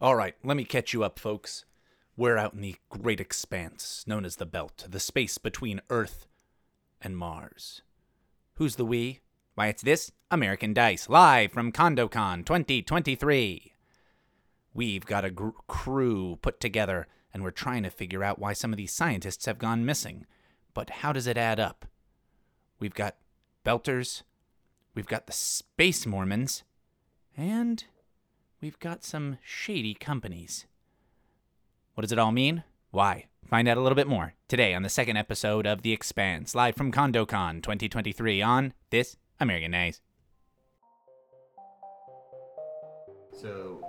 All right, let me catch you up, folks. We're out in the great expanse known as the Belt, the space between Earth and Mars. Who's the we? Why, it's this American Dice, live from CondoCon 2023. We've got a gr- crew put together, and we're trying to figure out why some of these scientists have gone missing. But how does it add up? We've got Belters, we've got the Space Mormons, and we've got some shady companies. What does it all mean? Why? Find out a little bit more today on the second episode of The Expanse, live from CondoCon 2023 on This American Days. So,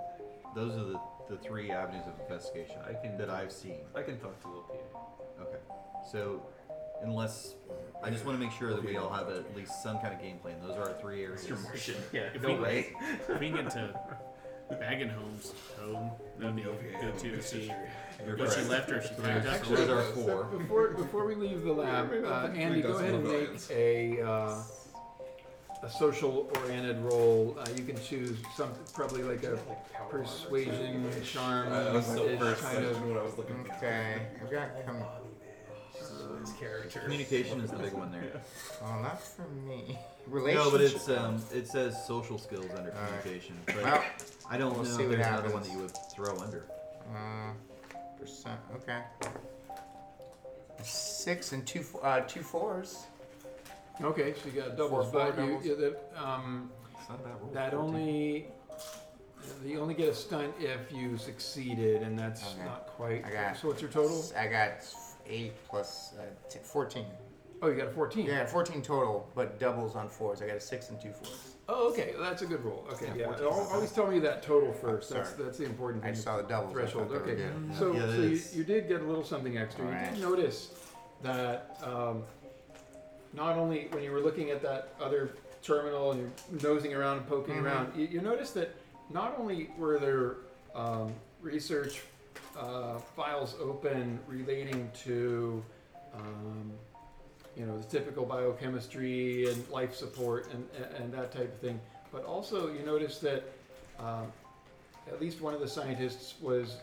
those are the, the three avenues of investigation I can- that I've seen. I can talk to Lil Peter. Okay. So, unless I just want to make sure that we all have at least some kind of game plan. Those are our three areas. Yeah, If no we- way. If we can get to Baggin Home's home, that'd be good too to see You're if she correct. left or if she packed up. Those are our four. Before, before we leave the lab, Yeah, maybe uh, that's three Andy, go dozen ahead and make millions. a, uh, a social-oriented role. Uh, you can choose some, probably like a persuasion, charm, I was so ish first. kind That's of. what I was looking for. Okay, I've got come. Communication is the big one there. Oh, not for me. Relationship. No, but it's um, it says social skills under All right. communication, but Well, I don't we'll know see if what there's another one happens. that you would throw under. uh, percent. Okay. Six and two, fo- uh, two fours. Okay, so you got doubles, Four, four but you, doubles. you that, um, It's not a bad roll. that 14. only uh, you only get a stunt if you succeeded, and that's Okay. not quite. I got- So what's your total? I got eight plus uh, t- fourteen. Oh, you got a fourteen. Yeah, fourteen total, but doubles on fours. I got a six and two fours. Oh, okay, well, that's a good roll. Okay, yeah. Yeah, Al- Always tell me that total first. That's Sorry. that's the important I thing. saw the doubles. I threshold. thought they were Okay, good. so, Yeah, it so you, is. you did get a little something extra. you Alright. did notice that um, not only when you were looking at that other terminal and you're nosing around and poking around, you, you noticed that not only were there um, research uh, files open relating to um, you know the typical biochemistry and life support and, and, and that type of thing, but also you notice that um, at least one of the scientists was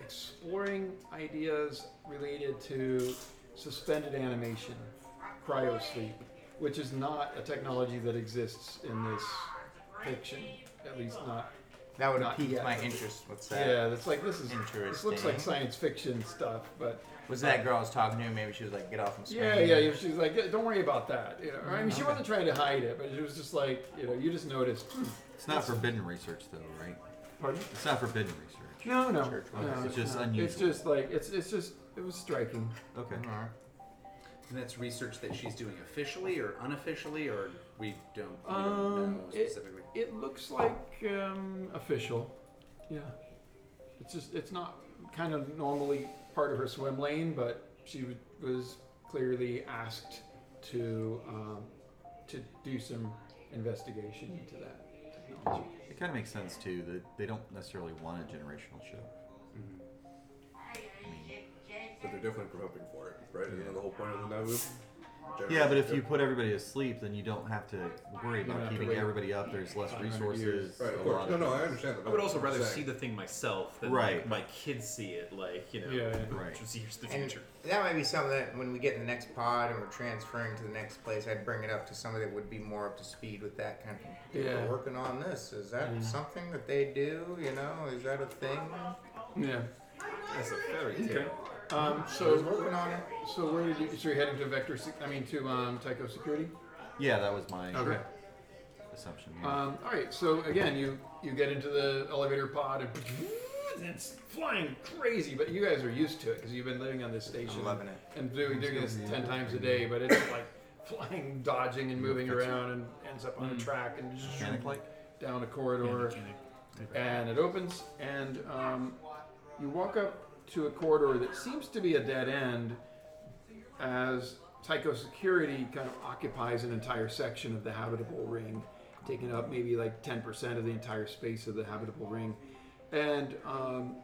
exploring ideas related to suspended animation, cryosleep, which is not a technology that exists in this fiction, at least not. That would Not have piqued yet. my interest. What's that? Yeah, that's like this is. This looks Interesting. like science fiction stuff, but Was that girl I was talking to? Maybe she was like, "Get off and yeah, scream." yeah. yeah, She's like, "Yeah, don't worry about that. You know, I mean, she wasn't trying to hide it, but it was just like, you know, you just noticed. Hmm, It's not forbidden research, though, right? Pardon? It's not forbidden research. No, no, Church no, ones. It's just no. It's unusual. just like it's it's just it was striking. Okay. Alright. And that's research that she's doing officially or unofficially, or we don't, we don't Um, know it, specifically. it looks like um, official. Yeah, it's just it's not kind of normally part of her swim lane, but she w- was clearly asked to um, to do some investigation into that technology. It kind of makes sense too that they don't necessarily want a generational show. But they're definitely hoping for it, right? Isn't that the whole point of the Naboo? Yeah, but if you put everybody to sleep, then you don't have to worry don't have about to keeping wait everybody up. There's less 500 resources. years. Right, a of lot course. No, of no, I things. understand that. I would also rather see the thing myself than Right. like, my kids see it. Like you know, Yeah, yeah. Right. Just here's the And future. that might be something that when we get in the next pod and we're transferring to the next place, I'd bring it up to somebody that would be more up to speed with that kind of. people Yeah. Working on this is that something that they do? You know, is that a thing? Yeah. That's a fairy tale. Um, Who's so working on it? so where did you? So you're heading to Vector? Sec- I mean to um, Tycho Security. Yeah, that was my assumption. yeah. Um, all right, so again, you you get into the elevator pod and it's flying crazy, but you guys are used to it because you've been living on this station I'm loving it. and doing, doing this ten times a day. But it's like flying, dodging, and moving around, and ends up on a track and Panic like? down a corridor, and it opens, and um, you walk up to a corridor that seems to be a dead end, as Tycho Security kind of occupies an entire section of the habitable ring, taking up maybe like 10% of the entire space of the habitable ring. And um,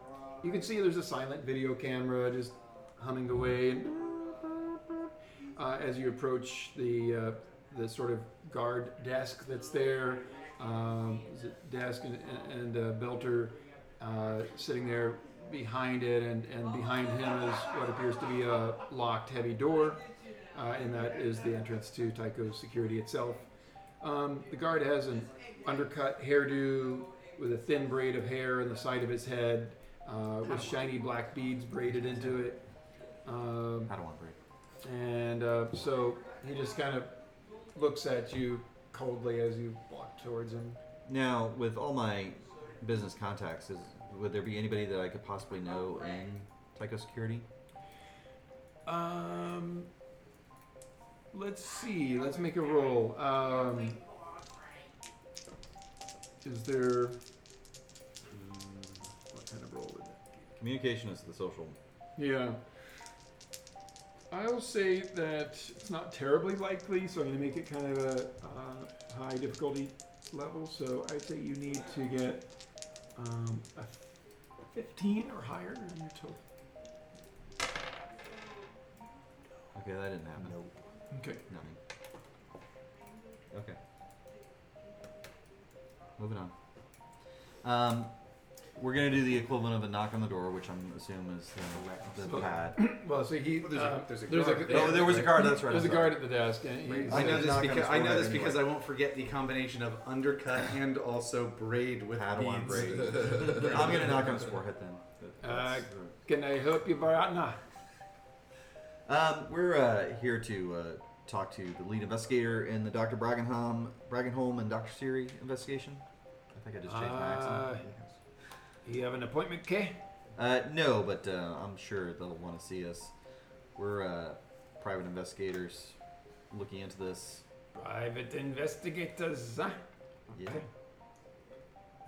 you can see there's a silent video camera just humming away and uh, as you approach the uh, the sort of guard desk that's there. Um, is it desk and, and uh, Belter uh, sitting there behind it, and, and behind him is what appears to be a locked, heavy door, uh, and that is the entrance to Tycho's security itself. Um, the guard has an undercut hairdo with a thin braid of hair on the side of his head, uh, with shiny black beads braided into it. Um, I don't want to break. and uh, so he just kind of looks at you coldly as you walk towards him. Now, with all my business contacts, is, would there be anybody that I could possibly know in Tycho Security? Um, let's see. Let's make a roll. Um, is there? Hmm, What kind of roll would that? Communication is the social. Yeah. I will say that it's not terribly likely, so I'm going to make it kind of a uh, high difficulty level. So I'd say you need to get um, a 15 or higher in your total. Okay, that didn't happen. Nope. Okay. Nothing. Okay. Moving on. Um, we're gonna do the equivalent of a knock on the door, which I'm assuming is the, the pad. Well, so he. Well, there's a- uh, there's a guard Oh, there was a guard. That's right. There's a I'm guard at the desk, and he I know says- this Knock on because his I forehead know this anyway. because I won't forget the combination of undercut and also braid with Padawan beads. braid. sorry. I'm gonna knock on his forehead then. Uh, Can I help you, Baratna? Um, we're uh, here to uh, talk to the lead investigator in the Dr. Braggenholm, Braggenholm and Dr. Siri investigation. I think I just changed my Uh, accent. You have an appointment, Kay? Uh, no, but uh, I'm sure they'll want to see us. We're uh, private investigators looking into this. Private investigators, huh? Yeah.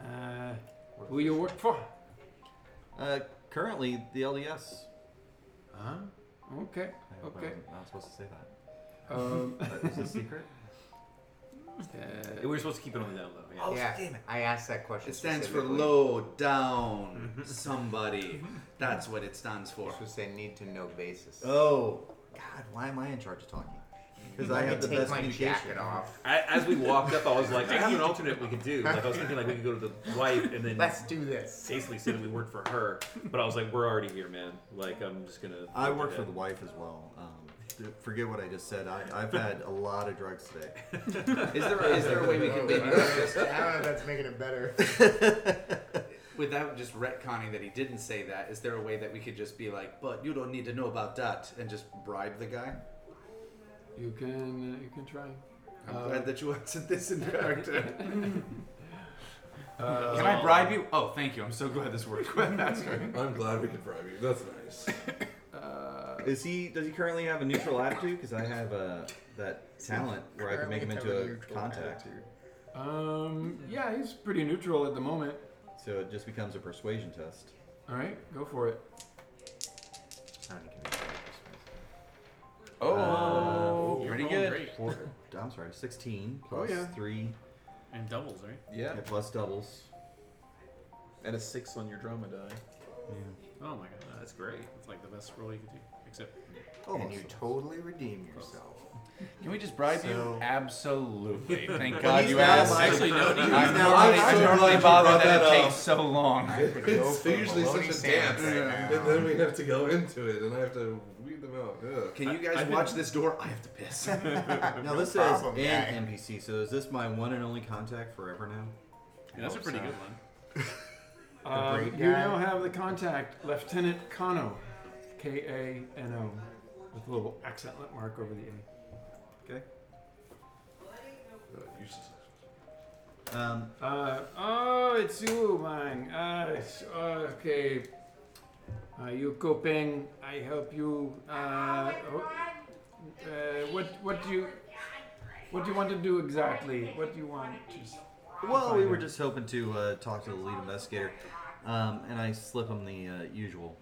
Uh, who you work for? Uh, currently, the LDS. Huh? Okay, I hope okay. I'm not supposed to say that. Um, uh, Uh, Is this secret? We were supposed to keep it on that low. Yeah. yeah, I asked that question. It stands for specifically. low down Mhm. somebody. That's what it stands for. It was a need to know basis. oh, God, why am I in charge of talking? Because I Let me have the take best my communication. jacket off. A- As we walked up, I was like, I have an alternate we could do. Like I was thinking, like we could go to the wife and then Let's do this. basically say that we work for her. But I was like, we're already here, man. Like I'm just gonna. I work for the wife as well. Um, d- forget what I just said. I, I've had a lot of drugs today. Is there is there a way we I can don't know maybe just if that's making it better. without just retconning that he didn't say that? Is there a way that we could just be like, but you don't need to know about that, and just bribe the guy? you can, uh, you can try. I'm Uh, glad that you answered this in character. Uh, Can I bribe you? Oh, thank you. I'm so glad this worked. That's great. I'm glad we could bribe you. That's nice. Uh, Is he? Does he currently have a neutral attitude? Because I have uh, that talent where I can make him into a contact. um, yeah, he's pretty neutral at the moment. So it just becomes a persuasion test. All right, go for it. Oh, You're Pretty rolling good. Great. Four, I'm sorry, 16 Oh, plus yeah. 3 And doubles, right? Yeah. and plus doubles. And a six on your drama die. Oh my god, that's great. It's like the best roll you could do. Except Almost. And you totally redeem yourself. Can we just bribe So- Absolutely. Thank God he's you Uh, not asked. lying. Actually, no. He's I'm not normally, lying. I'm So normally glad you bothered brought that, that it up. takes so long. It's usually such bologna a sandwich dance. right now. and then we have to go into it, and I have to weed them out. Ugh. Can you guys watch this door? I have to piss. Now this says problem, an guy. NPC, so is this my one and only contact forever now? yeah, that's a pretty good one. Um, braid you guy. now have the contact, Lieutenant Kano, K A N O, with a little accent mark over the A. Okay. Uh, you should- Um, Uh, oh, it's you, man. Uh, it's- uh, okay. Uh, you coping? I help you. Uh, oh, uh, what what do you what do you want to do exactly? What do you want? Just- well, we were just hoping to uh, talk to the lead investigator, um, and I slip him the uh, usual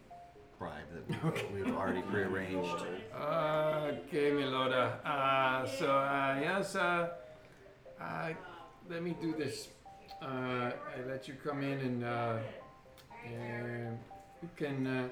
bribe that we, we've already prearranged. Okay, Milorda. Uh, so uh, yes, uh, uh, let me do this. Uh, I let you come in and uh, and you can. Uh,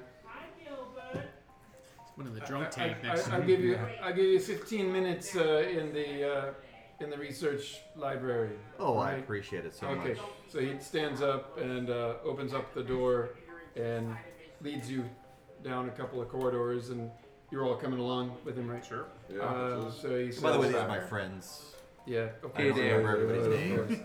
It's one in the drunk I- tank I, next I, to I'll me. give you. I'll give you 15 minutes uh, in the uh, in the research library. Oh, I right? appreciate it so Okay, much. so he stands up and uh, opens up the door and leads you down a couple of corridors, and you're all coming along with him, right? Sure. Yeah. Uh, so he By the way, these says- are my friends. yeah, of I don't course. remember everybody's Of course.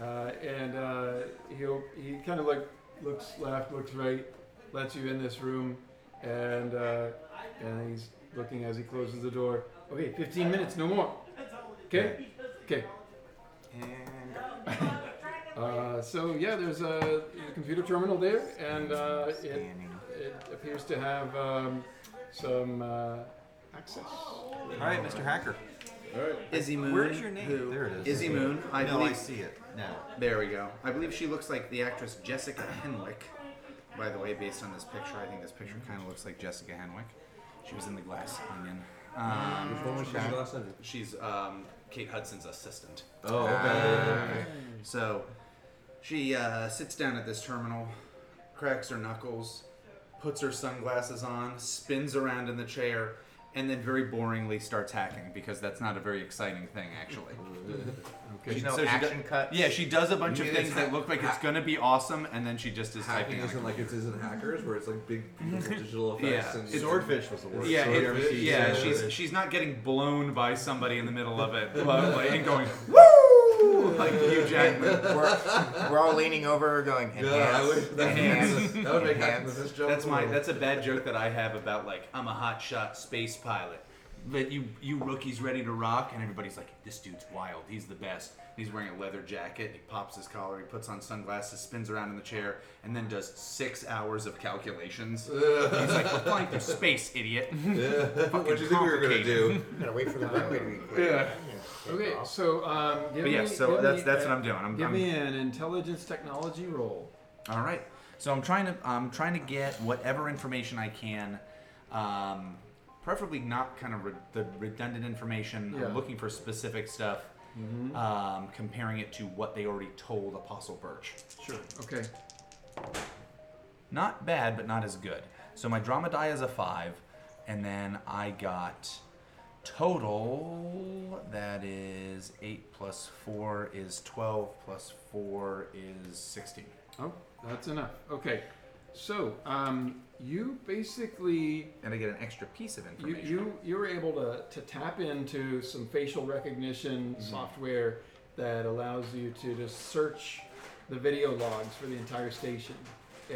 Uh, and uh, he'll he kind of like looks left, looks right, lets you in this room, and uh, and he's looking as he closes the door. Okay, 15 minutes, no more. Okay, okay. And Uh, so yeah, there's a computer terminal there, and uh, it, scanning. it appears to have um, some uh, access. All right, Mr. Hacker. Izzy Moon. Where's your name? who- There it is. Izzy Moon. I no, believe. I see it now. There we go. I believe she looks like the actress Jessica Henwick. By the way, based on this picture, I think this picture kind of looks like Jessica Henwick. She was in The Glass Onion. Um, Which one was your last name? she's um, Kate Hudson's assistant. Oh, okay. So she uh, sits down at this terminal, cracks her knuckles, puts her sunglasses on, spins around in the chair, and then very boringly starts hacking because that's not a very exciting thing, actually. There's no So she do- action cuts. Yeah, she does a bunch You of mean things it's that hack- look like it's hack- gonna be awesome, and then she just is Hacking typing. on isn't it. like it is in Hackers, where it's like big, beautiful digital effects. Yeah. And It's- Swordfish was the word. Yeah, Sword it- fish. yeah, Yeah. she's she's not getting blown by somebody in the middle of it, but, like, and going woo like Hugh Jackman. We're, we're all leaning over, going, Yeah, I enhance, wish that, enhance, that would make hacking enhance. the fish job. That's my cool. that's a bad joke that I have about like I'm a hot shot space pilot. But you you rookies ready to rock and everybody's like this dude's wild he's the best and he's wearing a leather jacket and he pops his collar he puts on sunglasses spins around in the chair and then does six hours of calculations he's like we're flying through space idiot what do you think we were gonna do? Gotta wait for the runway to be clear. Yeah. Okay, so um, give But yeah, me- so give that's- me, that's uh, what I'm doing. I'm- give I'm- me an intelligence technology roll. All right. So I'm trying to I'm trying to get whatever information I can, um, preferably not kind of re- the redundant information. Yeah. Mm-hmm. I'm looking for specific stuff, um, comparing it to what they already told Apostle Birch. Sure. Okay. Not bad, but not as good. So my drama die is a five, and then I got total that is eight plus four is twelve plus four is sixteen. Oh, that's enough. Okay. So um, you basically And I get an extra piece of you, information. you you were able to, to tap into some facial recognition Mm-hmm. software that allows you to just search the video logs for the entire station,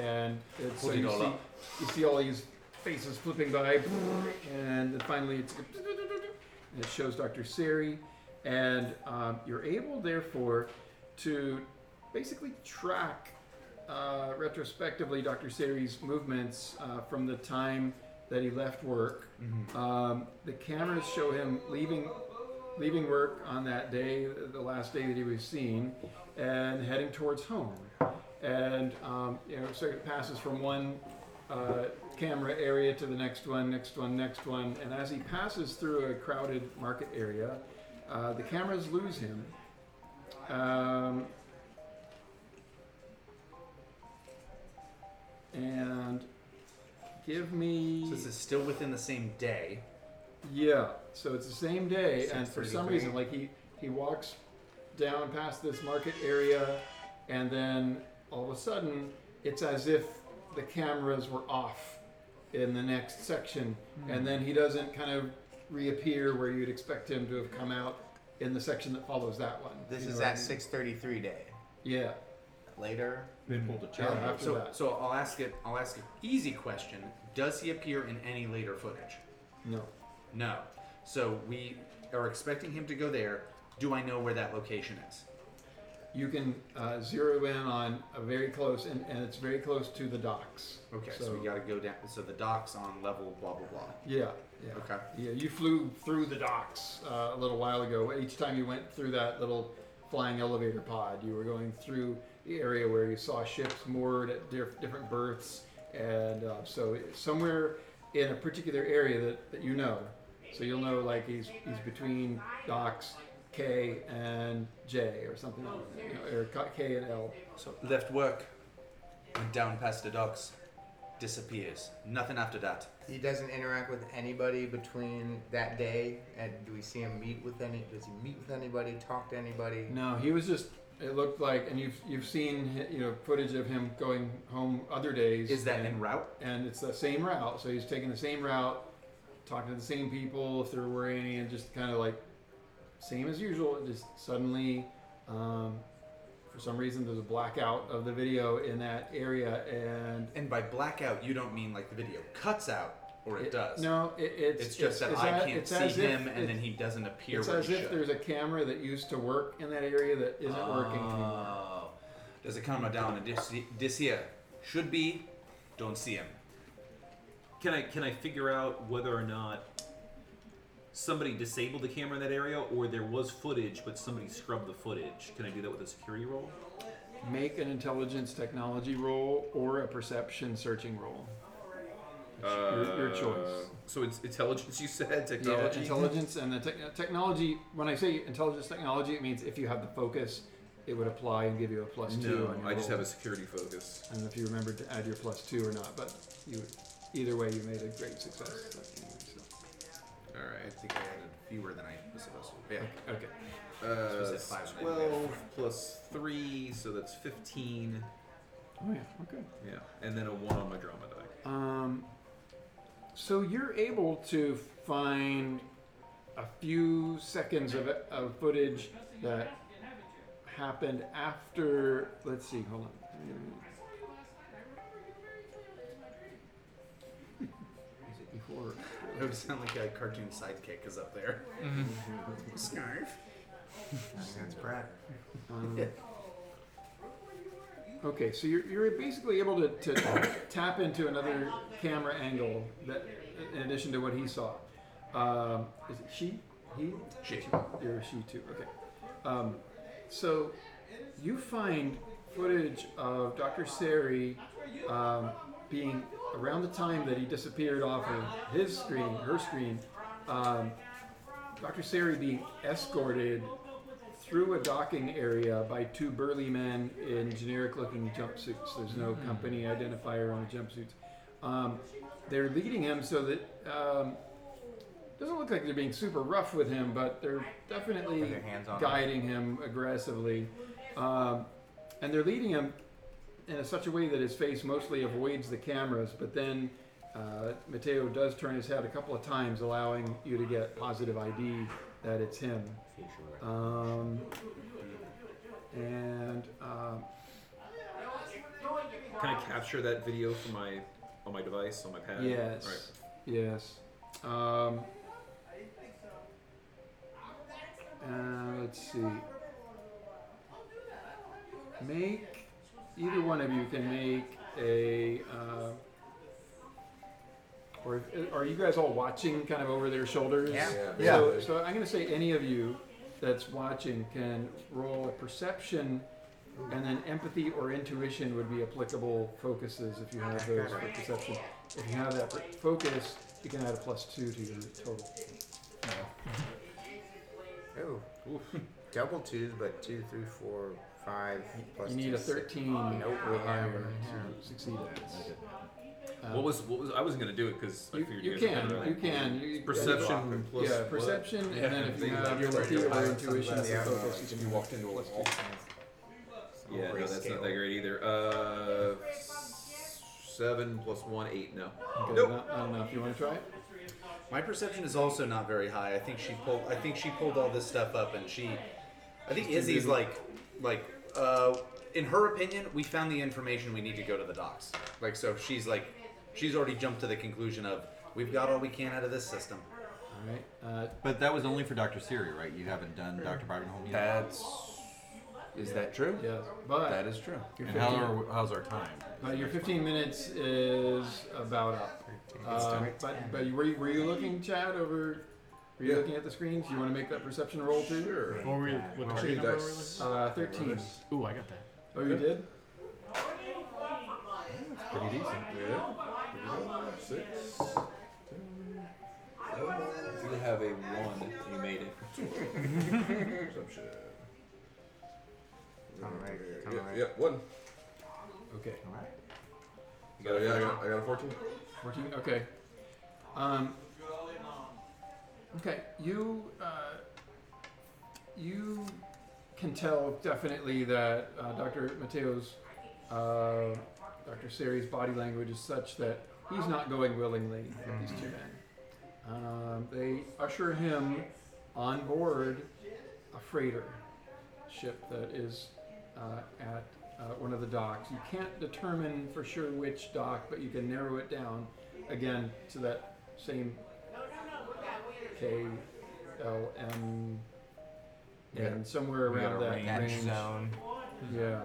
and it's, so Put it you all see up. you see all these faces flipping by, and then finally it's and it shows Dr. Siri, and um, you're able therefore to basically track uh, retrospectively Dr. Siri's movements uh, from the time that he left work. Um, the cameras show him leaving leaving work on that day, the last day that he was seen, and heading towards home. And um, you know, so it passes from one uh, camera area to the next one, next one, next one. And as he passes through a crowded market area, uh, the cameras lose him. Um, and give me. So this is still within the same day. Yeah, so it's the same day, and for some 6:33. reason, like he he walks down past this market area, and then all of a sudden, it's as if the cameras were off in the next section, Hmm. and then he doesn't kind of reappear where you'd expect him to have come out in the section that follows that one. This You is know what I that mean? 6:33 day. Yeah, Later, They pulled a yeah, charge. Oh, after So, that, so I'll ask it. I'll ask an easy question. Does he appear in any later footage? no. No. So we are expecting him to go there. Do I know where that location is? You can uh, zero in on a very close, and, and it's very close to the docks. Okay. So, we got to go down. So the dock's on level blah blah blah. Yeah. Yeah. Okay. Yeah, you flew through the docks uh, a little while ago. Each time you went through that little flying elevator pod, you were going through the area where you saw ships moored at diff- different berths, and uh, so somewhere in a particular area that, that you know. So you'll know like he's he's between docks K and J or something, like that, you know, or K and L. So left work, went down past the docks, disappears. Nothing after that. He doesn't interact with anybody between that day, and do we see him meet with any? Does he meet with anybody? Talk to anybody? No, he was just. It looked like, and you've you've seen you know footage of him going home other days. Is that and, en route? And it's the same route, so he's taking the same route, talking to the same people if there were any, and just kind of like same as usual. It just suddenly, um, for some reason, there's a blackout of the video in that area, and And by blackout, you don't mean like the video cuts out or it, does. No, it, it's It's just that it's I a- can't it's as see if him, and it- then he doesn't appear. It's where as he if should. Ah. there's a camera that used to work in that area that isn't working anymore. Oh. There's a camera down and this, this here should be. Don't see him. Can I can I figure out whether or not somebody disabled the camera in that area, or there was footage but somebody scrubbed the footage? Can I do that with a security roll? Make an intelligence technology roll or a perception searching roll. Your, Uh, your choice. So it's intelligence. You said Uh, Yeah, technology. intelligence and the tech uh, technology. When I say intelligence technology, it means if you have the focus, it would apply and give you a plus two. on your roll. security focus. I don't know if you remembered to add your plus two or not, but you, either way, you made a great success. But anyway, so- All right, I think I added fewer than I was supposed to. Yeah. Okay. Uh, Supposed to have five, and I added 12 plus 3, so that's 15. Oh yeah. Okay. Yeah, and then a one on my drama die. Um, so you're able to find a few seconds of, of footage that happened after. Let's see. Hold on. Is it before? It would sound like a cartoon sidekick is up there. Snarf. I think that's Brad. Um, okay, so you're, you're basically able to, to tap into another camera angle that, in addition to what he saw. Um, is it she? He? She. You're a she too. Okay. Um, so you find footage of Dr. Sari um, being around the time that he disappeared off of his screen, her screen. Um, Dr. Sari being escorted through a docking area by two burly men in generic looking jumpsuits. There's no Mm-hmm. company identifier on the jumpsuits. Um, they're leading him so that um, doesn't look like they're being super rough with him, but they're definitely Have their hands on him. guiding him aggressively. Um, and they're leading him in a, such a way that his face mostly avoids the cameras, but then uh, Mateo does turn his head a couple of times, allowing you to get positive ID that it's him. Um, and um, Can I capture that video from my on my device on my pad? yes, All right. yes. Um, uh, let's see. Make either one of you can make a. Uh, or are you guys all watching kind of over their shoulders? Yeah. Yeah. So, so I'm going to say any of you that's watching can roll a perception, and then empathy or intuition would be applicable focuses if you have those for perception. If you have that for focus, you can add a plus two to your total. Oh, double twos, but two, three, four, five. Plus You need two, a six. 13 Nope, we or higher haven't. to succeed at this. Um, What was what was I wasn't gonna do it because I You, figured you, you guys would can, have it. you can. You, Perception plus yeah, what? perception, and then if you Yeah. have your empathy or intuition as a Yeah. focus, you can walk into a plus two. wall. Yeah, no, that's not that great either. Uh, s- seven plus one, eight. No. Okay, Nope. not, not enough. You want to try it? My perception is also not very high. I think she pulled. I think she pulled all this stuff up, and she. I think Izzy's like, like, uh, in her opinion, we found the information we need to go to the docks. Like, so she's like, she's already jumped to the conclusion of we've got all we can out of this system. All right. Uh, But that was only for Dr. Siri, right? You haven't done Dr. Bargenholm yet? That's. Is that true? yeah, but That is true. your and how 15, are, how's our time? but your 15 minutes is about up. Uh, but but you, were, you, were you looking, Chad, over? Were you Yeah. looking at the screens? You want to make that perception roll too? Sure. What were you? What How many target number were we dice? Uh, 13. looking- Ooh, I got that. Oh, you did? Pretty decent. Yeah. Six. seven, You have a one. You made it. Perception. Alright, Yeah, alright. yeah, one. Okay. Alright. So yeah, I got, I got a 14. 14? Okay. Um, okay, you uh, you can tell definitely that uh, Dr. Mateo's uh, Dr. Sari's body language is such that he's not going willingly with these two men. Um, they usher him on board a freighter ship that is uh, at uh, one of the docks. You can't determine for sure which dock, but you can narrow it down again to that same K L M and somewhere We got around a that range range. zone. Yeah.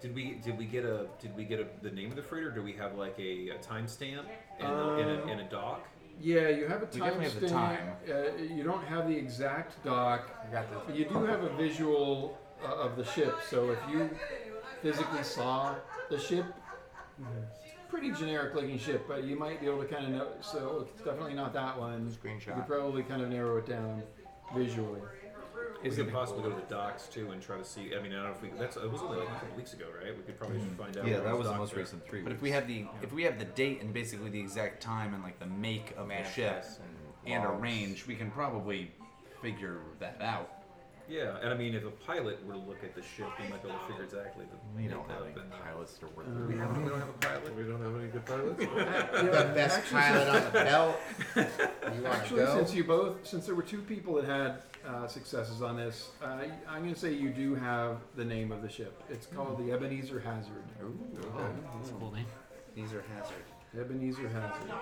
Did we did we get a did we get a, the name of the freighter? Do we have like a, a timestamp and, a and, a, Um, and a dock? Yeah, you have a We time definitely have the time. Uh, you don't have the exact dock. We got the. But You do have a visual uh, of the ship, so if you physically saw the ship, it's Mm-hmm. a pretty generic looking ship, but you might be able to kind of know. So it's definitely not that one. You could Screenshot. probably kind of narrow it down visually. we could possibly go to the docks too and try to see. I mean, I don't know if we. That's it was only like a couple weeks ago, right? We could probably find out. Yeah, what that was the docks most are. recent three. But if we have the if we have the date and basically the exact time and like the make of the ship and a range, we can probably figure that out. Yeah, and I mean, if a pilot were to look at the ship, we might be able to figure exactly. The, we don't the- have any the- pilots that are worth Um, it. We don't have a pilot. We don't have any good pilots. The best pilot on the belt. You want to Actually, go? since you both, since there were two people that had uh, successes on this, uh, I'm going to say you do have the name of the ship. It's called the Ebenezer Hazard. Uh-huh. That's a cool name. These are hazard. Ebenezer Hazard.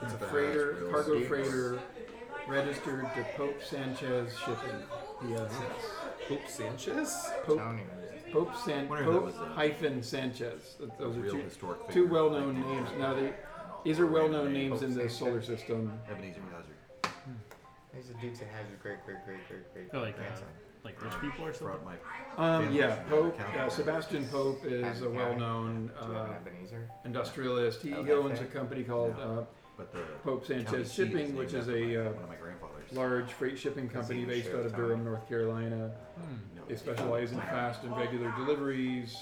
It's a badass freighter, real cargo estate. freighter, registered to Pope Sanchez Shipping. PSS. Pope Sanchez. Pope, Tony was- Pope, San, Wonder if that Pope was a- hyphen Sanchez. Th- Those are Real two, historic two figure. well-known names. Now, they, these are well-known names in the solar system. Ebenezer Hazard. These are dudes that hazard great, great, great, great, great. They're like, uh, grandson. like rich people or something. Brought my Um, Family yeah, should Pope, count. uh, Sebastian Pope is a Family. well-known Do you have uh, an Ebenezer? industrialist. He, Oh, he that owns a thing? company called uh, No. but the Pope county Sanchez seat is Shipping, named which is after my- a uh, one of my grandfather's. large freight shipping company Does he based share out of time? Durham, North Carolina. No, They it's- specialize in fast and regular deliveries.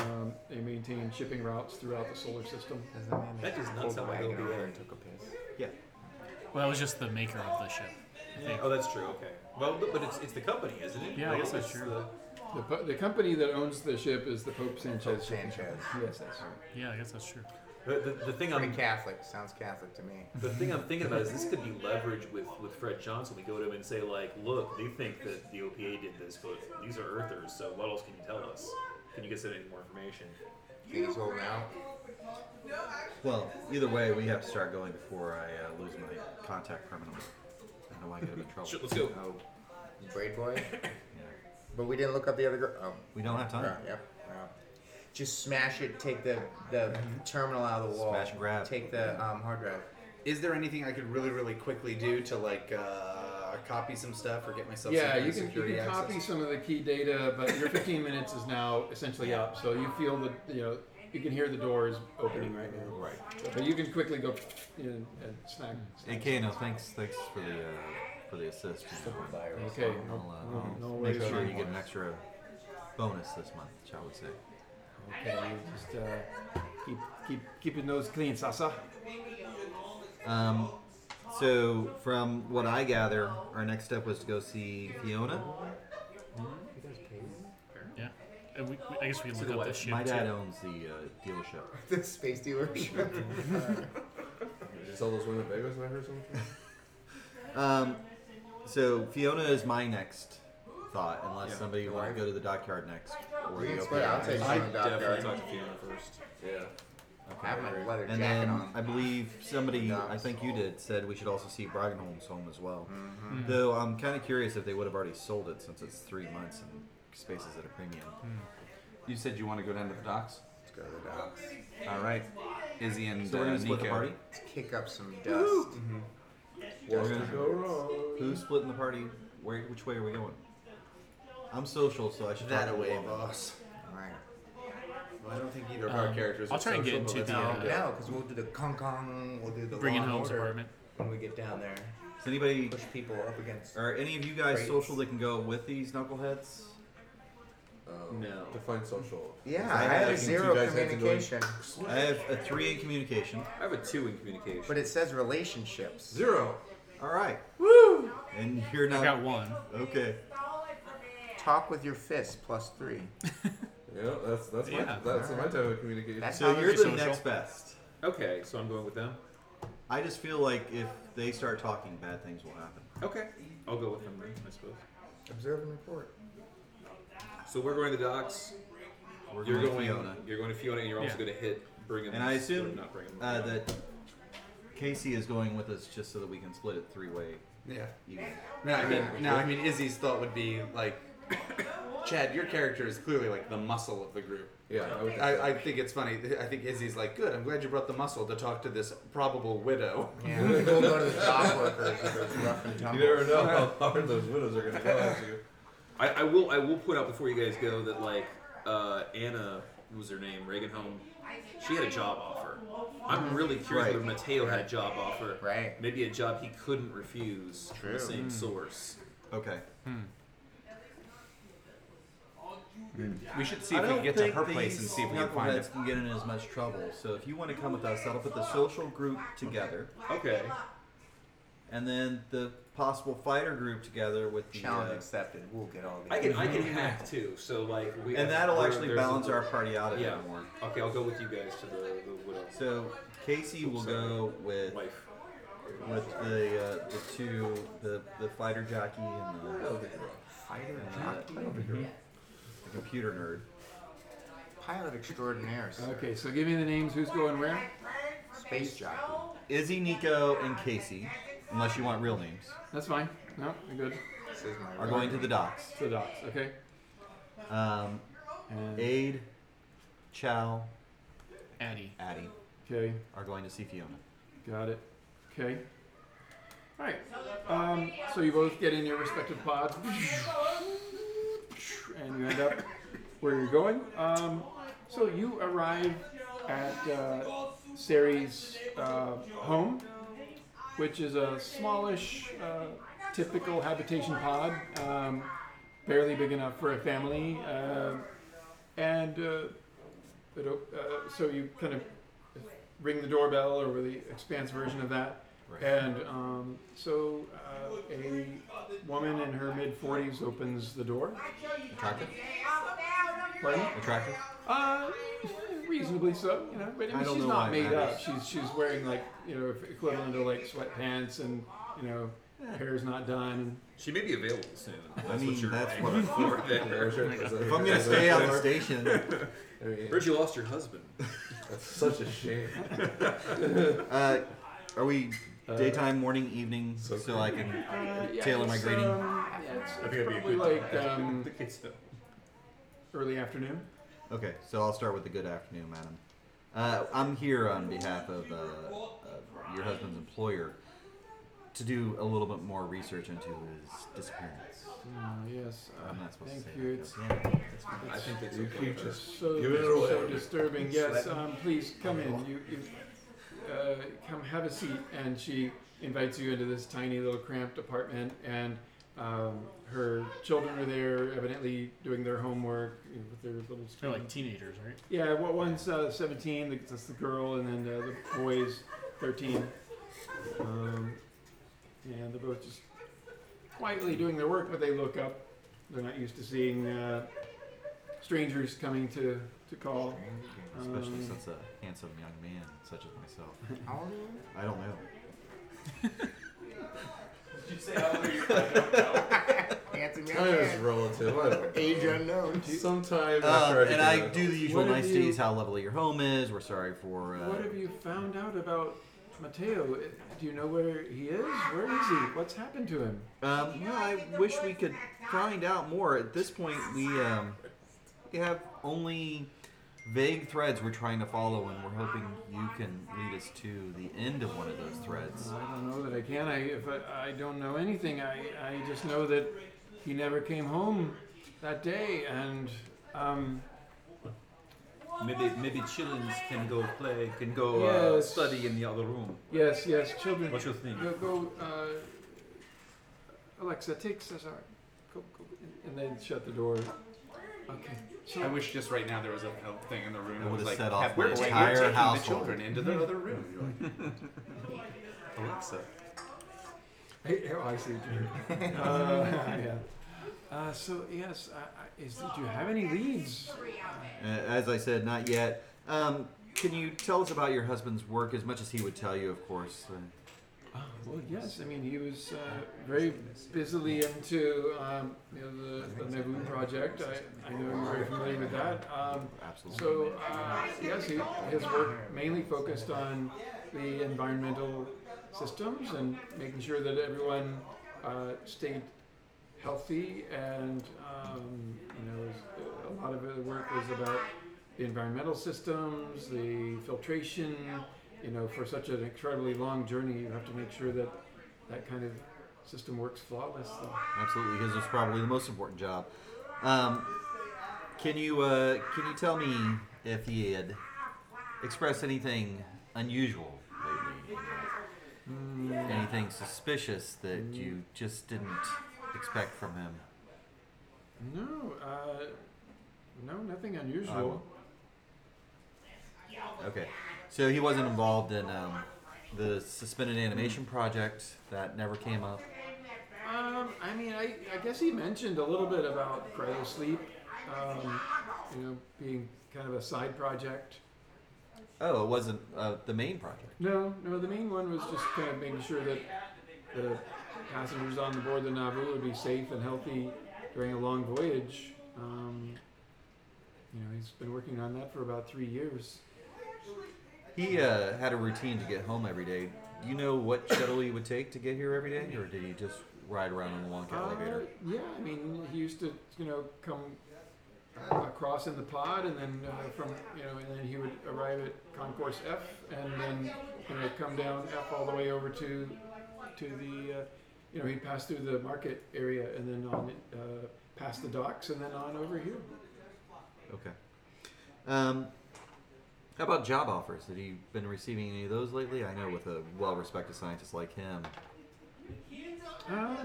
Um, they maintain shipping routes throughout the solar system. Does the man That does not pulled sound the like wagon it'll be over a- and took a piss? Well, that was just the maker of the ship. Yeah, oh, that's true. Okay. Well, but it's, it's the company, isn't it? Yeah, I guess that's it's true. the- The, po- the company that owns the ship is the Pope Sanchez. Pope Shipping Sanchez. Company. Yes, that's right. Um, Yeah, I guess that's true. The, the, the thing Pretty I'm Catholic. Sounds Catholic to me. the thing I'm thinking about is this could be leverage with, with Fred Johnson. We go to him and say like, look, they think that the OPA did this, but these are Earthers. So what else can you tell us? Can you get us any more information? Think he's holding out. Well, either way, we have to start going before I uh, lose my contact permanently. I don't want to get him in trouble. Shit, let's go. Oh, Braid Boy. Yeah. But we didn't look up the other girl. Oh, We don't have yeah, time. yeah. yeah. Just smash it. Take the the terminal out of the wall. Mm-hmm. Smash and grab. Take the um, hard drive. Is there anything I could really really quickly do to like uh, copy some stuff or get myself Yeah, some you can, you security can access? copy some of the key data, but your 15 minutes is now essentially up. So you feel that you know you can hear the doors opening right now, Oh, Right. but you can quickly go you know, and snack. snack AK, no, thanks, thanks for the uh, for the assist. Virus. Okay, I'll, no- uh, no- I'll no make worries. sure you get an extra bonus this month, which I would say. Okay, you just uh, keep keep keep your nose clean, Sasa. Um, so from what I gather, our next step was to go see Fiona. Yeah. And we, we- I guess we can So look the up the what? ship. My dad too. owns the uh, dealership. The space dealership. You sell those women in Vegas, I heard something. Um, so Fiona is my next thought, unless Yeah. somebody wants to go to the dockyard next. Or We the can open split. I'll air. take I some of the definitely talk doctor. to Fiona first. yeah. I have my leather And jacket then on. I believe somebody, I think you did, said we should also see Braggenholm's home as well. Mm-hmm. Though I'm kind of curious if they would have already sold it since it's three months and space is at a premium. You said you want to go down to the docks. Let's go to the docks. All right. Izzy and So we're uh, gonna split the Nico. party. Let's kick up some dust. Mm-hmm. We're gonna- Who's splitting the party? Where? Which way are we going? I'm social, so I should That talk to away, Loman. boss. All right. Well, I don't think either of our Um, characters. I'll are try and get into social, but the, that's uh, okay. No, because we'll do the Kong Kong, we'll do the Bringing Law and home's Order apartment. when we get down there. Does anybody push people up against. are any of you guys Crates. social that can go with these knuckleheads? Um, No. Define social. Is Yeah, I that had like a if you zero guys had to go in- communication, I have a three in communication. I have a two in communication. but it says relationships. Zero. All right. Woo! And you're not I got one. okay. Talk with your fist plus three. Yeah, that's that's Yeah. my that's my type of communication. That's So how you're they're- the social. next best. okay, so I'm going with them. I just feel like if they start talking, bad things will happen. Okay, I'll go with them then, I suppose. observe and report. So we're going to the docks. We're You're to going. Fiona. You're going to Fiona, and you're also Yeah. going to hit Brigham. And I assume not Brigham. uh, Fiona. that Casey is going with us just so that we can split it three way. Yeah. No, I mean, no, I mean, Izzy's thought would be like, Chad, your character is clearly like the muscle of the group. yeah, I would think so. I, I think it's funny. I think Izzy's like, good. I'm glad you brought the muscle to talk to this probable widow. Yeah, we'll go to the dock workers if it's rough and tumble. You never know how hard those widows are gonna go at you. I, I will. I will point out before you guys go that like uh, Anna what was her name Reagan Home. She had a job offer. I'm really curious Right. whether Mateo had a job offer. Right. Maybe a job he couldn't refuse from the Hmm. same source. Okay. We should see if we can get to her place and see if we can find it. knuckleheads can get in as much trouble. So if you want to come with us, that'll put the social group together, Okay. and then the possible fighter group together with the. Challenge Uh, accepted. We'll get all these. I can. I can hack too. So like we. and that'll we're- actually there's a balance little- our party out a Yeah. bit more. Okay, I'll go with you guys to the, the widow So Casey will go with wife. with the uh, the two the the fighter jockey and the, Fighter and jockey, the, the computer nerd. pilot extraordinaire, sir. Okay, so give me the names. Who's going where? Space jockey. Izzy, Nico, and Casey, unless you want real names, That's fine. No, you're good. This is my are room. going to the docks. To the dots. Okay. Um, And Aid, Chow, Addie. Addie okay, are going to see Fiona. got it. Okay. All right. Um, so you both get in your respective pods, and you end up where you're going. Um, so you arrive at uh, Sari's uh, home, which is a smallish, uh, typical habitation pod, um, barely big enough for a family. Um and uh, it, op- uh, so you kind of ring the doorbell or the expanse version of that. Right. And um, so uh, a woman in her mid 40s opens the door. Attractive? Pardon? Attractive? Uh, reasonably so, you know. But I mean, I don't she's know why not it made up. matters. She's she's wearing like you know equivalent to like sweatpants and you know hair's not done. She may be available soon. That's mean, what you're that's aiming what I'm for there. If If I'm gonna stay out of the station, Heard you lost your husband. That's such a shame. uh, are we daytime, morning, evening, so, I can Uh, yeah, Taylor, my it's, greeting. Um, yeah, it's, I think it's it'd be a probably good like um, early afternoon. Okay, so I'll start with the good afternoon, madam. Uh, I'm here on behalf of, uh, of your husband's employer to do a little bit more research into his disappearance. Uh, yes. Uh, I'm not supposed thank to say you. that. It's okay? That's fine. I think that's You okay. keep just so, Give it away. so disturbing. Yes, um, please come in. You, you uh, come have a seat, and she invites you into this tiny little cramped apartment, and um, her children are there, evidently doing their homework you know, with their little. They're like screens. teenagers, right? yeah, well, one's uh, 17, the- that's the girl, and then uh, the boy's 13. Um, and they're both just quietly doing their work, but they look up. They're not used to seeing uh, strangers coming to, to call. Especially Um, since a handsome young man such as myself. How old are you? I don't know. Handsome young kind of is man. relative. I don't Age know. unknown. Sometime Uh, after and everything I do the usual What have niceties, you- how lovely your home is. We're sorry for. Uh, What have you found out about Mateo? Uh, Do you know where he is? Where is he? What's happened to him? Um, yeah, I wish we could find out more. At this point, we um, we have only vague threads we're trying to follow, and we're hoping you can lead us to the end of one of those threads. I don't know that I can. I, if I, I don't know anything. I, I just know that he never came home that day, and um, Maybe maybe children can go play, can go uh, Yes. study in the other room. yes, yes, children. What you think? Go, go uh, Alexa, take Cesar. Go, go. And then shut the door. Okay. I wish just right now there was a a thing in the room That that was like, would've set off "Have- we're, my taking- entire we're taking the household." children into the other room. You're like, Alexa, Hey, oh, I see what you mean. Uh, yeah. Uh, so yes, I, I, is, do you have any leads? Uh, As I said, not yet. Um, can you tell us about your husband's work as much as he would tell you, of course? Uh, Oh, well, yes. I mean, he was uh, very busily into um, you know, the, the Naboo project. I, I know you're very familiar with that. Um, absolutely. so uh, yes, he, his work mainly focused on the environmental systems and making sure that everyone uh, stayed healthy. And um, you know, was- a lot of the work was about the environmental systems, the filtration. You know, for such an incredibly long journey, you have to make sure that that kind of system works flawlessly. absolutely. His was probably the most important job. Um, can you uh, can you tell me if he had expressed anything unusual lately? Anything suspicious that you just didn't expect from him? No, uh, no, nothing Um, unusual. Okay, so he wasn't involved in um, the suspended animation project that never came up. Um, I mean, I, I guess he mentioned a little bit about cryo sleep, um, you know, being kind of a side project. Oh, it wasn't uh, the main project. No, no, the main one was just kind of making sure that the passengers on the board the Nauvoo would be safe and healthy during a long voyage. Um, you know, he's been working on that for about three years. He uh, had a routine to get home every day. Do you know what shuttle he would take to get here every day, or did he just ride around on the long Uh, elevator? yeah, I mean, he used to, you know, come across in the pod, and then uh, from, you know, and then he would arrive at Concourse F, and then you know come down F all the way over to to the, uh, you know, he'd pass through the market area, and then on uh, past the docks, and then on over here. Okay. Um, how about job offers? Had he been receiving any of those lately? I know with a well-respected scientist like him. Um,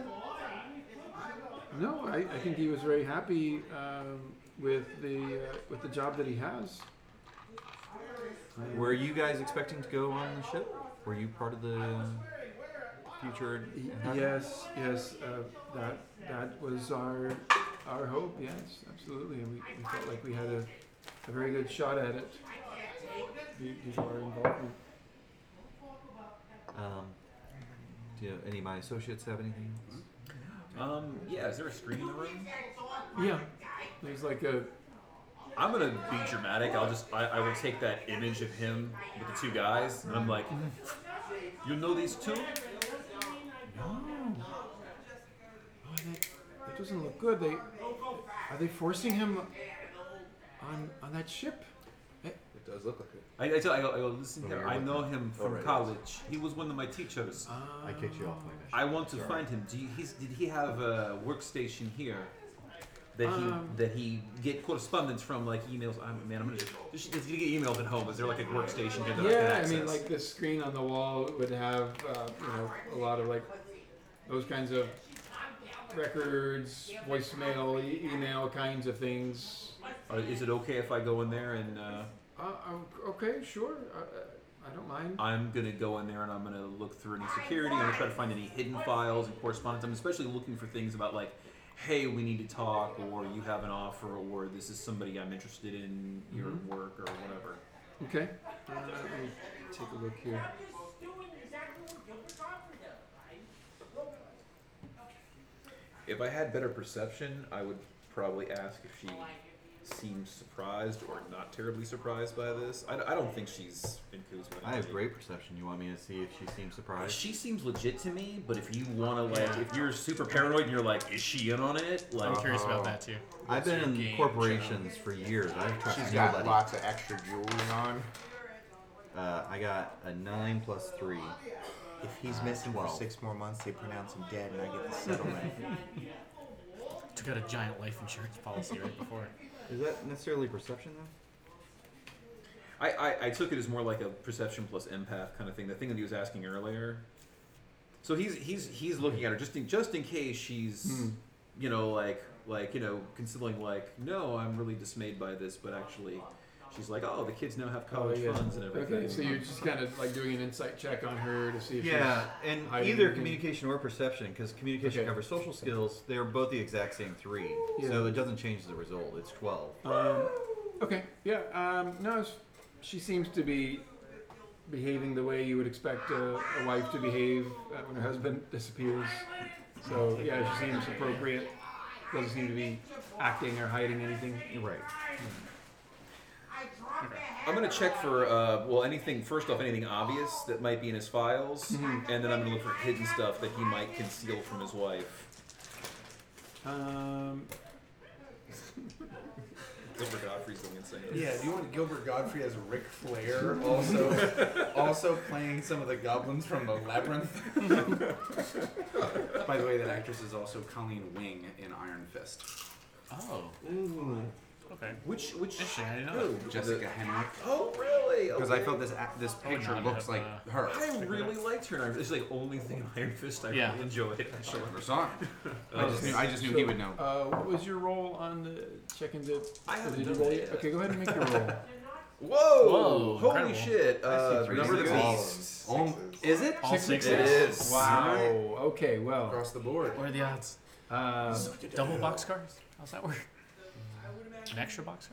no, I, I think he was very happy um, with the uh, with the job that he has. Were you guys expecting to go on the ship? Were you part of the future? Y- Huh? Yes, yes, uh, that that was our our hope. Yes, absolutely, and we, we felt like we had a, a very good shot at it due, due to our involvement. Um, do you, any of my associates have anything? Um, yeah, is there a screen in the room? Yeah, there's like a oh, I'm gonna be dramatic. I'll just I, I will take that image of him with the two guys, and I'm like, you know these two? oh, that, that doesn't look good. They are they forcing him on on that ship? It does look like it. I, I tell I go, I go listen Oh, here. you're I with know him. him Oh, from right. college. He was one of my teachers. I kicked you off my mission. I want to find him. Do you, he's, did he have a workstation here that he Um, that he get correspondence from, like emails? I'm, man, I'm gonna just, just you get emails at home. Is there like a workstation here that I can Yeah, I access? mean, like the screen on the wall would have, uh, you know, a lot of like those kinds of records, voicemail, e- email kinds of things. Or is it okay if I go in there and uh, Uh, uh, okay, sure. I, I don't mind. I'm gonna go in there and I'm gonna look through any security. I'm gonna try to find any hidden files and correspondence. I'm especially looking for things about like, hey, we need to talk, or you have an offer, or this is somebody I'm interested in your work or whatever. Okay. Uh, let me take a look here. If I had better perception, I would probably ask if she seems surprised or not terribly surprised by this. I, I don't think she's in Kuzma. I have great perception. You want me to see if she seems Uh, surprised? She seems legit to me, but if you want to, like, if you're super paranoid and you're like, is she in on it? I'm Like, curious about that too. Uh-huh. I've been your in game, corporations for years. I trust She's got nobody. lots of extra jewelry on. Uh, I got a nine plus three. If he's missing Twelve. for six more months, they pronounce him dead, and I get the settlement. Took out a giant life insurance policy right before. Is that necessarily perception though? I, I, I took it as more like a perception plus empath kind of thing. The thing that he was asking earlier. So he's he's he's looking at her just in just in case she's you know like like you know considering like no I'm really dismayed by this but actually she's like oh the kids now have college yeah. funds and everything. Okay, so you're just kind of like doing an insight check on her to see if Yeah, and hiding either anything. communication or perception, because communication Okay. covers social skills. They're both the exact same three, so Yeah. it doesn't change the result. It's twelve. she's. Um, okay, yeah. Um, no, s- she seems to be behaving the way you would expect a, a wife to behave uh, when her husband disappears. So yeah, she seems appropriate. Doesn't seem to be acting or hiding anything. You're right. I'm gonna check for uh, well anything first off anything obvious that might be in his files and then I'm gonna look for hidden stuff that he might conceal from his wife. Um, Gilbert Godfrey's going insane. Yeah, do you want Gilbert Godfrey as Ric Flair also also playing some of the goblins from the labyrinth? By the way, that actress is also Colleen Wing in Iron Fist. Oh. Mm-hmm. Okay. Which which Interesting, I didn't know who? Jessica Henwick. Oh really? Because I Okay. felt this ac this no, picture I looks have, like uh, her. I really liked her. in Iron Fist. It's the only thing in Iron Fist I Yeah. really enjoyed. Sure. Never saw it. I just knew I just knew he would know. uh, what was your role on the checking the? I haven't did you done roll that yet? yet. Okay, go ahead and make your roll. Whoa! Whoa, Holy incredible. shit! Uh, three number of the sixes. beast. Oh, Is it? All Six sixes. is. Wow. Okay. Well. across the board. What are the odds? Um, Double box cars? How's that work? An extra box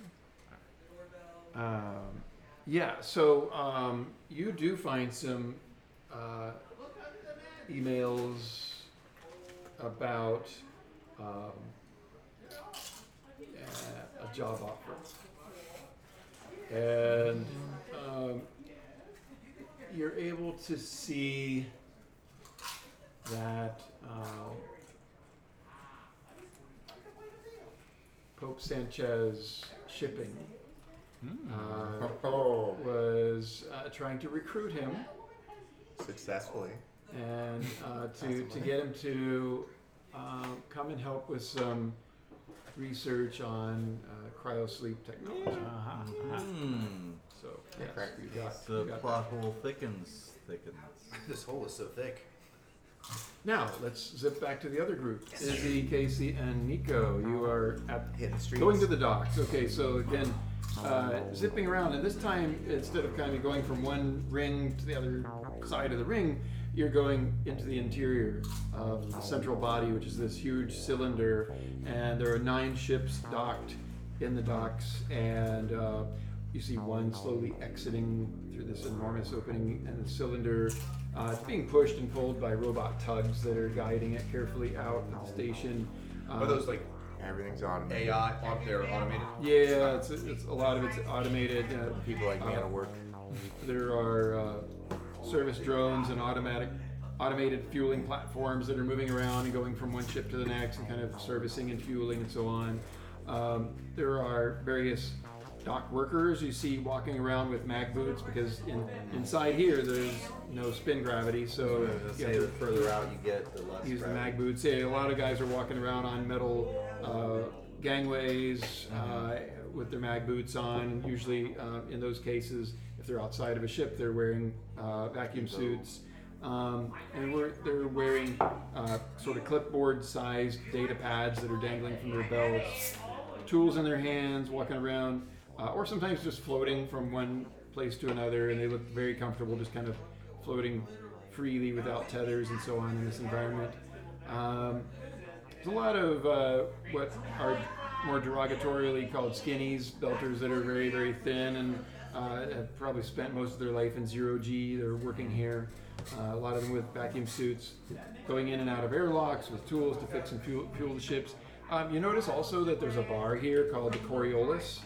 car? Um, yeah, so um, you do find some uh, emails about um, uh, a job offer. And um, you're able to see that um, Pope Sanchez shipping. Uh, Oh, was uh, trying to recruit him successfully. and uh, to, to get him to um, come and help with some research on uh, cryosleep technology. Uh-huh. Hmm. So, yes, Correct. you got, The you got plot hole thickens. Thickens. This hole is so thick. that. Now, let's zip back to the other group. Izzy, Casey, and Nico, you are at Hitting streets. Going to the docks. Okay, so again, uh, zipping around, and this time instead of kind of going from one ring to the other side of the ring, you're going into the interior of the central body, which is this huge cylinder, and there are nine ships docked in the docks, and uh, you see one slowly exiting through this enormous opening in the cylinder. Uh, it's being pushed and pulled by robot tugs that are guiding it carefully out of the station. Are Um, those like Everything's automated. AI up there automated? yeah, it's, it's a lot of it's automated. Uh, People like me out of work. there are uh, service drones and automatic, automated fueling platforms that are moving around and going from one ship to the next and kind of servicing and fueling and so on. Um, there are various dock workers you see walking around with mag boots because in, inside here there's no spin gravity, so you have Say to the further out you get, the less. use the gravity. mag boots. Yeah, a lot of guys are walking around on metal uh, gangways uh, with their mag boots on. Usually, uh, in those cases, if they're outside of a ship, they're wearing uh, vacuum suits. Um, and we're, they're wearing uh, sort of clipboard sized data pads that are dangling from their belts, tools in their hands, walking around, uh, or sometimes just floating from one place to another. And they look very comfortable, just kind of floating freely without tethers and so on in this environment. Um, there's a lot of uh, what are more derogatorily called skinnies, belters that are very, very thin and uh, have probably spent most of their life in zero G. They're working here. Uh, a lot of them with vacuum suits, going in and out of airlocks with tools to fix and fuel, fuel the ships. Um, you notice also that there's a bar here called the Coriolis.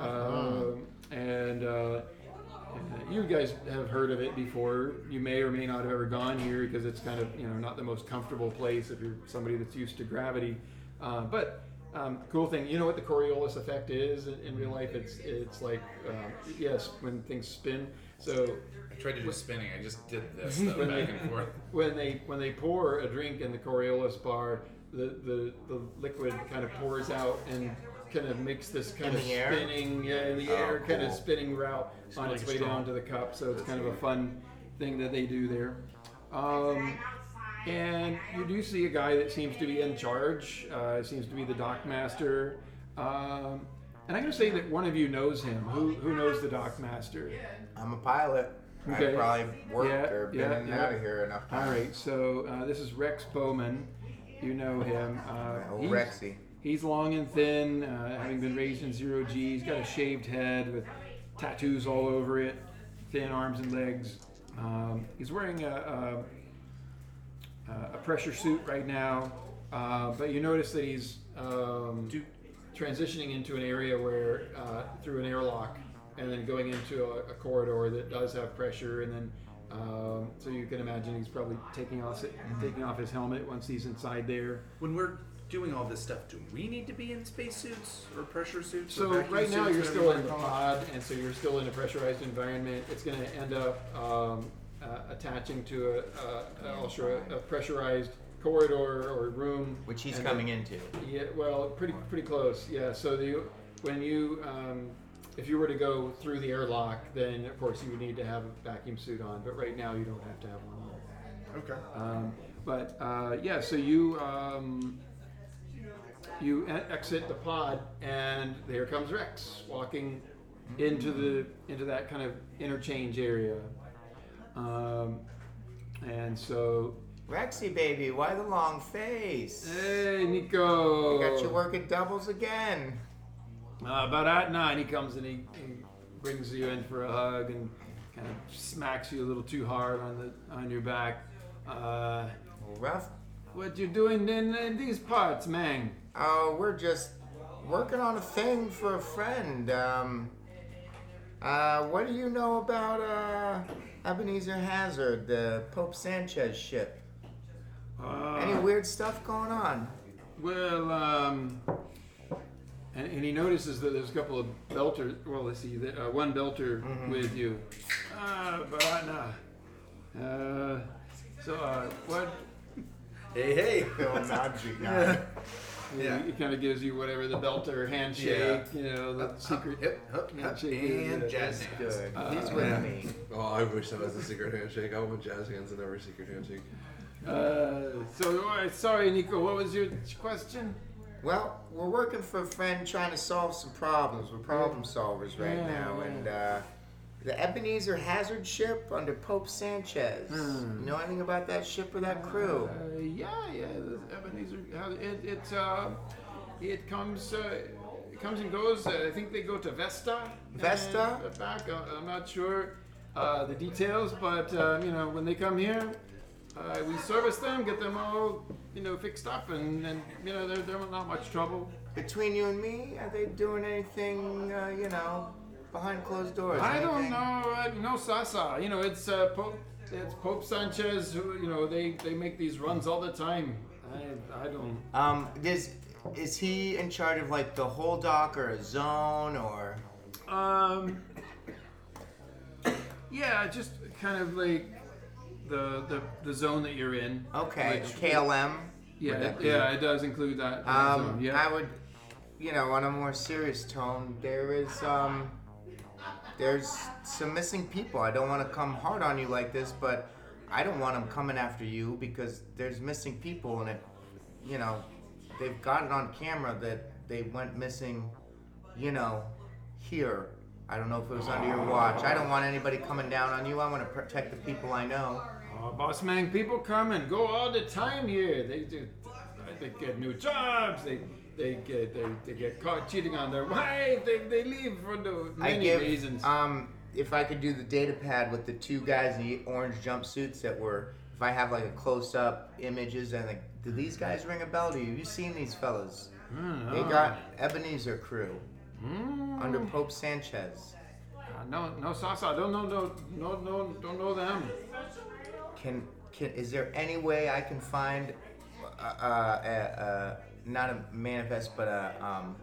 Um, and uh, uh, You guys have heard of it before. You may or may not have ever gone here because it's kind of you know not the most comfortable place if you're somebody that's used to gravity. Uh, but um, cool thing, you know what the Coriolis effect is in, in real life? It's it's like um, yes, when things spin. So I tried to do spinning. I just did this though, When back they- and forth. when they when they pour a drink in the Coriolis bar, the, the, the liquid kind of pours out and kind of makes this kind In of the air? Oh, spinning yeah, in the air kind of cool. spinning route on like its a way straw. down to the cup. So it's kind of a fun thing that they do there. Um, And you do see a guy that seems to be in charge, uh, seems to be the dock master. Um, and I'm going to say that one of you knows him. Who, who knows the dock master? I'm a pilot. Okay. I've probably worked Yeah, or been yeah, in and yeah. out of here enough All times. right, so uh, this is Rex Bowman. You know him. Uh, Oh, he's- Rexy. He's long and thin, uh, having been raised in zero G. He's got a shaved head with tattoos all over it, thin arms and legs. Um, he's wearing a, a, a pressure suit right now, uh, but you notice that he's um, transitioning into an area where uh, through an airlock and then going into a, a corridor that does have pressure and then um, so you can imagine he's probably taking off taking off his helmet once he's inside there. When we're doing all this stuff, do we need to be in spacesuits or pressure suits? So or vacuum right now you're suits, whatever still you wanna in the call it? pod, and so you're still in a pressurized environment. It's going to end up um, uh, attaching to a, a, a also a, a pressurized corridor or room, Which he's and coming into. then- Yeah, well, pretty pretty close. Yeah. So the when you um, if you were to go through the airlock, then of course you would need to have a vacuum suit on. But right now you don't have to have one on. Okay. Um, but uh, yeah, so you um, you e- exit the pod, and there comes Rex walking into the into that kind of interchange area, um, and so Rexy, baby, why the long face? hey, Nico, Got you working doubles again. Uh, about at nine, he comes and he, he brings you in for a hug and kind of smacks you a little too hard on the on your back. Uh, Rough. what you doing in, in these parts, man? Oh, we're just working on a thing for a friend. Um, uh, what do you know about uh, Ebenezer Hazard, the Pope Sanchez ship? Uh, Any weird stuff going on? Well, um, and, and he notices that there's a couple of belters. Well, let's see, the, uh, one belter with you. Ah, but I know. Uh, so uh, what? Hey, hey. Bill Nodgy guy. Yeah. It kind of gives you whatever the belter handshake, you know, the secret. Hip, hip, hip, handshake is, and uh, jazz is hands. Good. Uh, He's with yeah. me. Oh, I wish that was a secret handshake. I want jazz hands in every secret handshake. Uh, so all right, sorry, Nico. What was your question? Well, we're working for a friend trying to solve some problems. We're problem solvers right Yeah, now. yeah. And uh, the Ebenezer Hazard ship under Pope Sanchez. Hmm. You know anything about that ship or that crew? Uh, yeah, yeah. The Ebenezer, uh, it it uh, it comes uh, it comes and goes. Uh, I think they go to Vesta. Vesta? and Back. I- I'm not sure uh, the details, but uh, you know when they come here, uh, we service them, get them all you know fixed up, and, and you know they're, they're not much trouble. Between you and me, are they doing anything, uh, you know, behind closed doors? I don't Anything? know. I, no sasa. You know it's uh, Pope. It's Pope Sanchez. Who you know they they make these runs all the time. I I don't. Um, does, is he in charge of like the whole dock or a zone or. Um. Yeah, just kind of like the the, the zone that you're in. Okay, Which- KLM. Yeah, Would that it, be- yeah, it does include that. that Um, zone, yeah. I would, you know, on a more serious tone, there is um, there's some missing people. I don't want to come hard on you like this, but I don't want them coming after you because there's missing people, and it, you know, they've got it on camera that they went missing, you know, here. I don't know if it was under your watch. I don't want anybody coming down on you. I want to protect the people I know. oh, boss man, people come and go all the time here. They do. They get new jobs. They they get they, they get caught cheating on their wife. They, they leave for the I many give reasons. um if I could do the data pad with the two guys in the orange jumpsuits that were if I have like a close up images and like do these guys ring a bell to you? You seen these fellas? Hmm, They oh. got Ebenezer crew Hmm. under Pope Sanchez. Uh, no no sasa. Don't know no no no don't know them. Can can is there any way I can find uh, uh, uh, not a manifest but a um,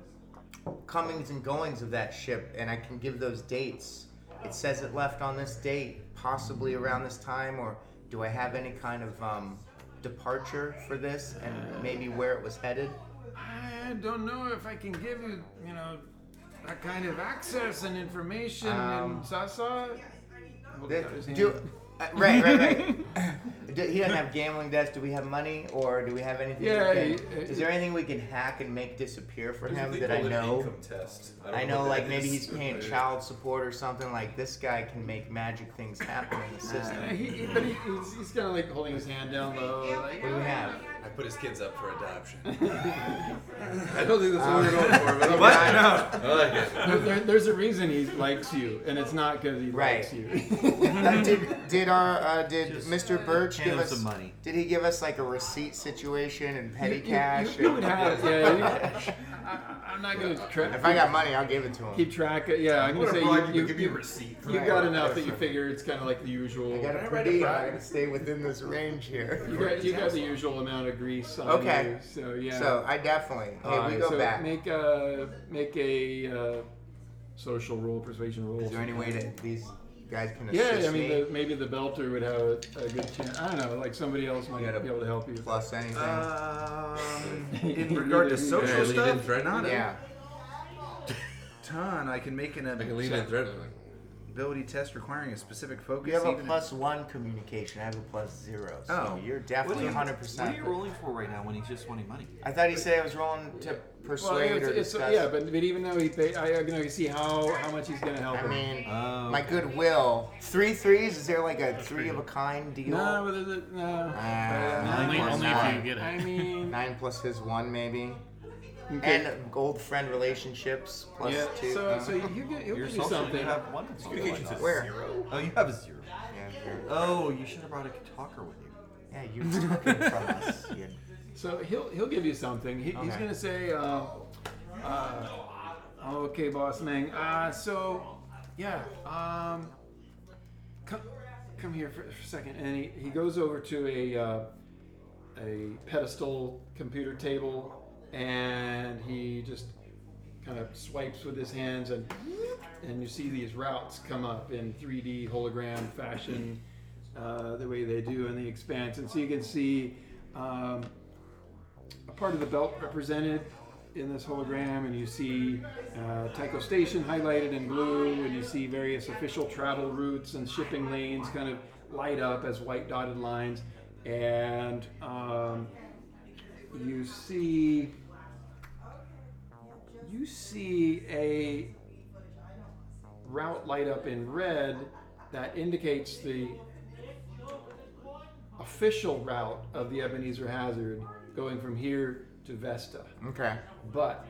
comings and goings of that ship and I can give those dates. It says it left on this date, possibly around this time, or do I have any kind of um, departure for this and maybe where it was headed? I don't know if I can give you, you know, that kind of access and information Um, in Sasa. Hold Th- out his hand. do Uh, right, right, right. do, he doesn't have gambling debts. Do we have money, or do we have anything? we Yeah, can- he- he- is there anything we can hack and make disappear for There's a him thing that I called an know? Income test. don't I know, what like that maybe is. he's paying child support or something. Like this guy can make magic things happen in the system. Uh, he, he- but he, he's, he's kind of like holding his hand down low. Like, What do we have? I put his kids up for adoption. I don't think that's what we're going for, but Um, What? I like it. I like it. there, there- there's a reason he likes you, and it's not because he Right. likes you. Uh, did did our uh, did Just Mr. Birch hand give him us some money. Did he give us like a receipt situation and petty You- you- cash? You, you and- would have, yeah. you- I, am not gonna tra- if I got money, I'll give it to him. keep track. Of, yeah, I'm I'm gonna gonna say bribe you, you, to give me a you, receipt. you got enough that you figure it's kind of like the usual. I got I a per read a diem. bribe. I gotta stay within this range here. You got, you got the usual amount of grease on Okay. you, so yeah. So I definitely. Hey, we Alright, go so back. Make a make a uh, social roll, persuasion roll. Is there any way that these guys can assist Yeah, I mean, me? the, maybe the belter would have a, a good chance. I don't know, like somebody else might gotta- be able to help you. Plus anything. Um, You in need regard to- to social lean in stuff, threat. yeah. ton I can make an I can lean in ability threat. test requiring a specific focus. You have a even if- plus one communication. I have a plus zero. So Oh. you're What are definitely you- 100. What are percent you rolling for right now when he's just wanting money? I thought he said I was rolling to persuade Well, it's, or it's, discuss. yeah, but, but even though he, pay, I, I can only see how how much he's gonna help. I him. mean, Oh, my goodwill. Three threes. Is there like a three of a kind deal? no, but is it, no. Ah, Only, Nine. only if you get I it. mean, Nine plus his one, maybe. okay. And old friend relationships plus yeah. two. So, uh, so you get he'll you're give you social. something. You have one. where? Oh, you have a zero. Yeah, sure. Oh, you should have brought a talker with you. yeah, you took it from us. You- So he'll he'll give you something. He, He's Okay. gonna say, uh, uh, "Okay, boss Meng. Uh, so, yeah, um, come come here for, for a second. And he, he goes over to a uh, a pedestal computer table, and he just kind of swipes with his hands, and and you see these routes come up in 3D hologram fashion, uh, the way they do in the expanse, and so you can see. Um, a part of the belt represented in this hologram, and you see uh, Tycho Station highlighted in blue, and you see various official travel routes and shipping lanes kind of light up as white dotted lines, and um, you see you see a route light up in red that indicates the official route of the Ebenezer Hazard going from here to Vesta. Okay. But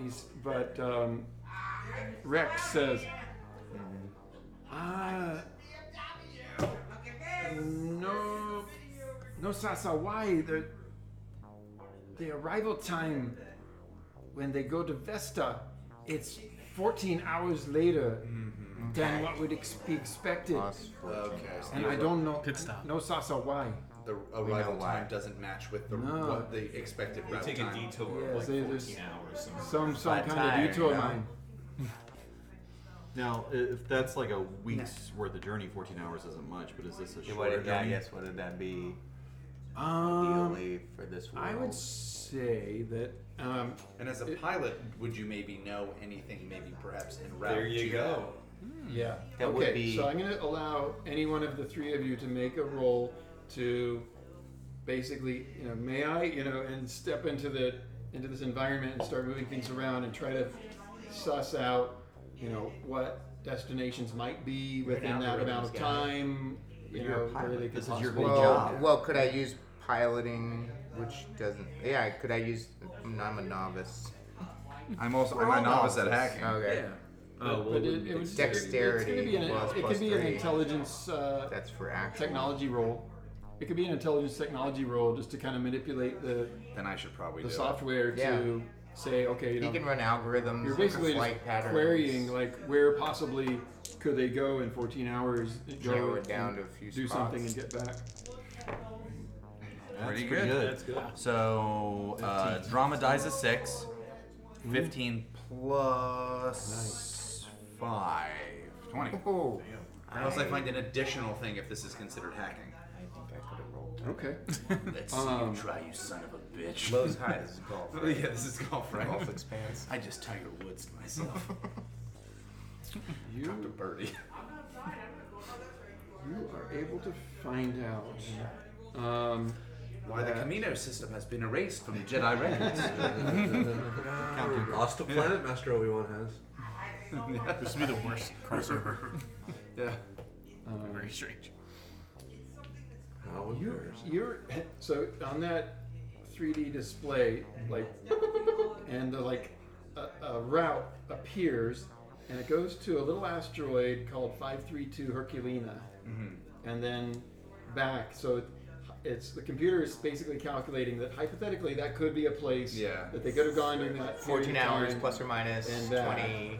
he's but um, Rex says, ah, no, no Sasawai. The the arrival time when they go to Vesta, it's 14 hours later Mm-hmm. than what would ex- be expected. Plus Okay. And I don't know. Pit stop. No Sasawai. The know arrival why. time doesn't match with the No. what the expected route Take a time. detour Yeah, of like so there's- 14 hours. Some some Flat kind tire, of detour yeah. line. Now, i- if that's like a week's worth of journey, 14 hours isn't much, but is this a shorter What did that? journey? Yes. What did that be? Um, Ideally for this world. I would say that um, And as a pilot, would you maybe know anything? Maybe perhaps in route. There you to go. yeah. That okay, would be- so I'm going to allow any one of the three of you to make a roll to basically, you know, may I, you know, and step into the into this environment and start moving things around and try to suss out, you know, what destinations might be within that amount of time. You know, where they could This is your possibly big Well, job. well, could I use piloting, which doesn't? Yeah, could I use? I'm a novice. I'm also I'm a novice at hacking. Okay, Oh, well, But it it, wouldn't it be was It's Dexterity going to be an, plus- it plus could be an three. intelligence uh, that's for action. technology role. It could be an intelligence technology role just to kind of manipulate the, Then I should probably the do software to say, okay, you He know, can run algorithms. you're basically for flight just patterns. querying like where possibly could they go in 14 hours, go Narrow it down and to a few do spots. something and get back. That's pretty, good. good. That's good. So, uh, drama dies a six. 15 plus five twenty. Oh, Unless I find an additional thing if this is considered hacking. I think I could have rolled. Okay. Let's Um, see you try, you son of a bitch. Lowe's high is golf. right? yeah, this is golf, right? Golf expanse. I just Tiger Woods myself. You Dropped a birdie. you are able to find out. Um, Why the Yeah. Camino system has been erased from Jedi records. Lost a planet master Obi Wan has. This would be the worst crossover. yeah. um, Very strange. How embarrassing. You're so on that 3D display, like, and uh, like a, a route appears, and it goes to a little asteroid called 532 Herculina, and then back. So it, it's the computer is basically calculating that hypothetically that could be a place Yeah. that they could have gone during that period of 14 hours time. plus or minus And, uh, 20.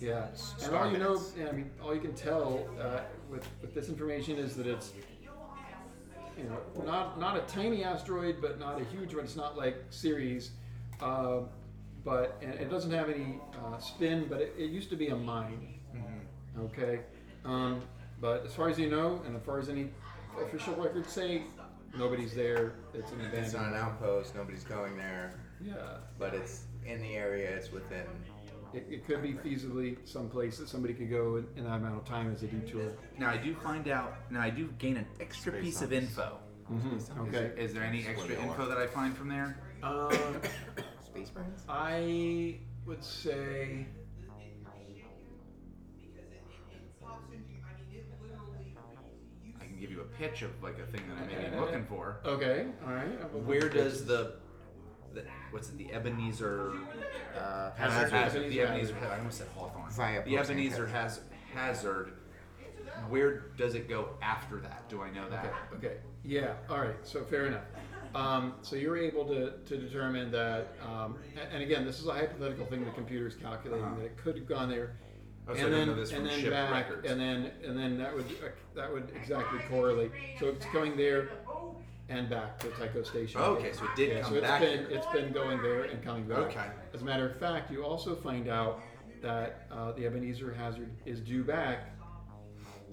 Yeah, and Star all you know, minutes. yeah, I mean, all you can tell uh, with with this information is that it's you know not not a tiny asteroid, but not a huge one. It's not like Ceres, uh, but and it doesn't have any uh, spin. But it, it used to be a mine. Okay, um, but as far as you know, and as far as any official records say, nobody's there. It's an It's not abandoned. an outpost. Nobody's going there. Yeah, But it's in the area. It's within. it, it could be feasibly someplace that somebody could go in, in that amount of time as a detour. Now I do find out. Now I do gain an extra Space piece of Odyssey. info. Mm-hmm. Is Okay. there- Is there any That's where extra they are. info that I find from there? Uh, Space Marines? I would say. I can give you a pitch of like a thing that I may be Okay. looking for. Okay. All right. Where does the, the what's it? The Ebenezer. Uh, hazard. Hazard. The Ebenezer. I almost said Hawthorne. Via the Post and Ebenezer Hazard. has, hazard. Where does it go after that? Do I know that? Okay. Okay. Yeah. All right. So fair enough. Um, so you're able to, to determine that, um, a- and again, this is a hypothetical thing the computer is calculating Uh-huh. that it could have gone there, Oh, so I and didn't then know this and from then ship back, records. and then and then that would uh, that would exactly correlate. So it's going there and back to Tycho Station. Oh, okay, so it did yeah, come so it's back been here. it's been going there and coming back. Okay. As a matter of fact, you also find out that uh, the Ebenezer Hazard is due back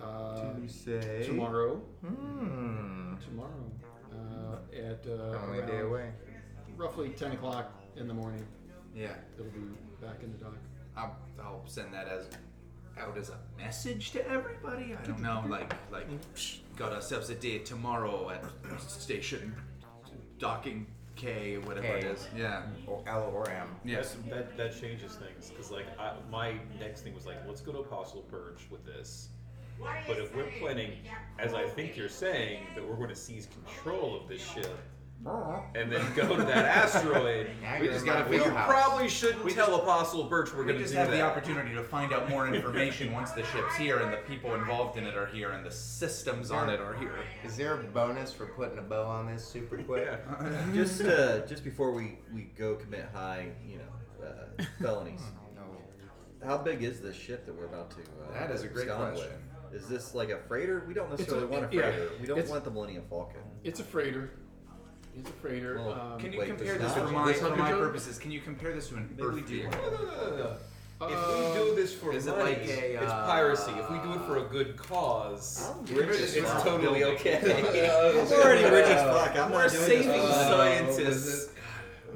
uh, say. tomorrow. Hmm. Tomorrow uh, at uh, Only a day around away. roughly 10 o'clock in the morning. Yeah. It'll be back in the dock. I'll, I'll send that as out as a message to everybody. I don't know, like like got ourselves a date tomorrow at station docking K, whatever it K. Mm-hmm. is. Yeah. Or L or M. Yes. That's, that, that changes things because like I, my next thing was like let's go to Apostle Purge with this. But if we're planning, as I think you're saying, that we're going to seize control of this ship and then go to that asteroid, Now We you're just in my gotta figure- wheelhouse. probably shouldn't We tell just- Apostle Birch we're We going to just do have the that. opportunity to find out more information once the ship's here and the people involved in it are here and the systems on it are here. Is there a bonus for putting a bow on this super quick? just uh, just before we, we go commit high, you know, uh, felonies. Oh, No. How big is this ship that we're about to? Uh, That is a great abscond question. With? Is this like a freighter? We don't necessarily a- want a yeah, freighter. we don't it's- want the Millennium Falcon. It's a freighter. It's a freighter. Well, um, Can you Wait, compare does this that- for my, this for my hundred- purposes? Can you compare this to an Maybe we Earth do. vehicle? uh, if we do this for is it money, like a, it's uh, piracy. If we do it for a good cause, Rich as It's fuck. totally okay. I'm already rich as fuck. I'm We're not doing saving this. Uh, scientists.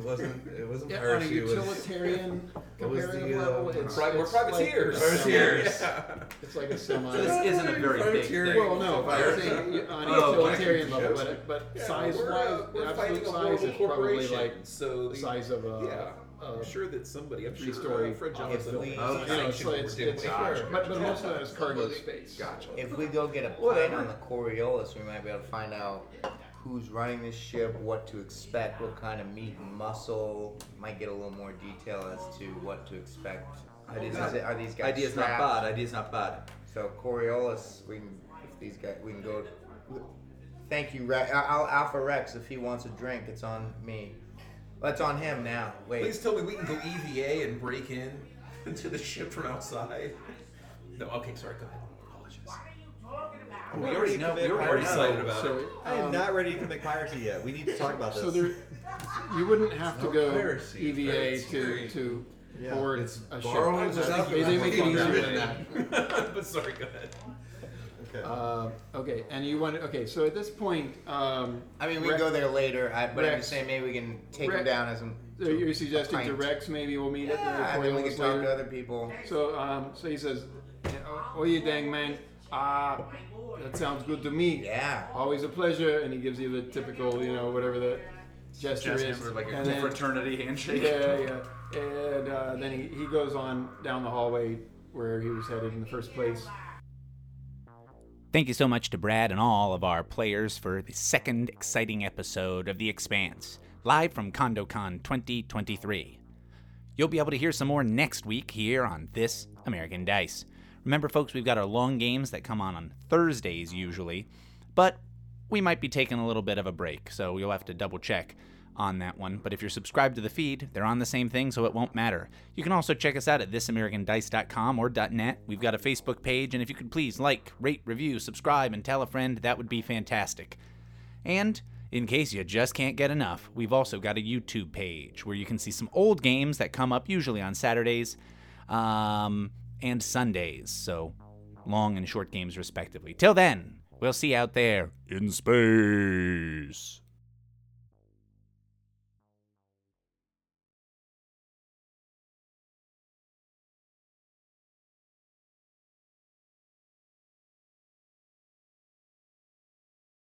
Was it, it wasn't. It wasn't yeah, on a piracy. It was utilitarian was the, comparative level, uh, it's, Pri- we're it's like- privateers. it's like- Privateers. It's like a semi. This isn't a very big Frontier. thing. well, no, but I'm saying you- on a Oh, when it utilitarian comes to level, ships. but, but Yeah, size we're, wise, uh, we're the fighting absolute a size global is probably corporation, like so the the- size of a. yeah. a I'm sure that somebody, I'm sure three-story uh, Fred office Johnson, building. you know, sanctioned so what it's, we're doing. it's fair, but, but most of that is cargo space. Gotcha. If we go get a plane on the Coriolis, we might be able to find out who's running this ship, what to expect, what kind of meat and muscle. Might get a little more detail as to what to expect. Ideas Is not- it- are these guys Idea's not strapped? bad. Idea's not bad. So Coriolis, we can, if these guys, we can go. Thank you, Re- I'll Alpha Rex. If he wants a drink, it's on me. That's on him now. Wait. Please tell me we can go EVA and break in to the ship from outside. No, okay, sorry, go ahead. Apologies. We already know. We already excited know. about it. So, I am um, not ready to commit piracy yet. We need to talk about this. So there, you wouldn't have to no go piracy, EVA it's to to Yeah. board It's a borrowing ship. without They, they make it using easier. it. than- but sorry, go ahead. Okay. Uh, okay, and you want okay. So at this point, um, I mean, we Rex- can go there later. I, but I'm Rex- just saying, maybe we can take him Rex- down as a. so you're suggesting pint. to Rex maybe we'll meet Yeah, at and the then we Coriolis can talk to later. other people. So um, so he says, "Oh, you dang man, Ah, that sounds good to me. Yeah. Always a pleasure. And he gives you the typical, you know, whatever that gesture Gesture, is. like a And then- fraternity handshake. Yeah, yeah. And uh, then he, he goes on down the hallway where he was headed in the first place. Thank you so much to Brad and all of our players for the second exciting episode of The Expanse, live from CondoCon 2023. You'll be able to hear some more next week here on This American Dice. Remember, folks, we've got our long games that come on on Thursdays usually, but we might be taking a little bit of a break, so you'll have to double check on that one. But if you're subscribed to the feed, they're on the same thing, so it won't matter. You can also check us out at thisamericandice.com or .net. We've got a Facebook page, and if you could please like, rate, review, subscribe, and tell a friend, that would be fantastic. And in case you just can't get enough, we've also got a YouTube page where you can see some old games that come up usually on Saturdays um, and Sundays. So long and short games, respectively. Till then, we'll see you out there in space.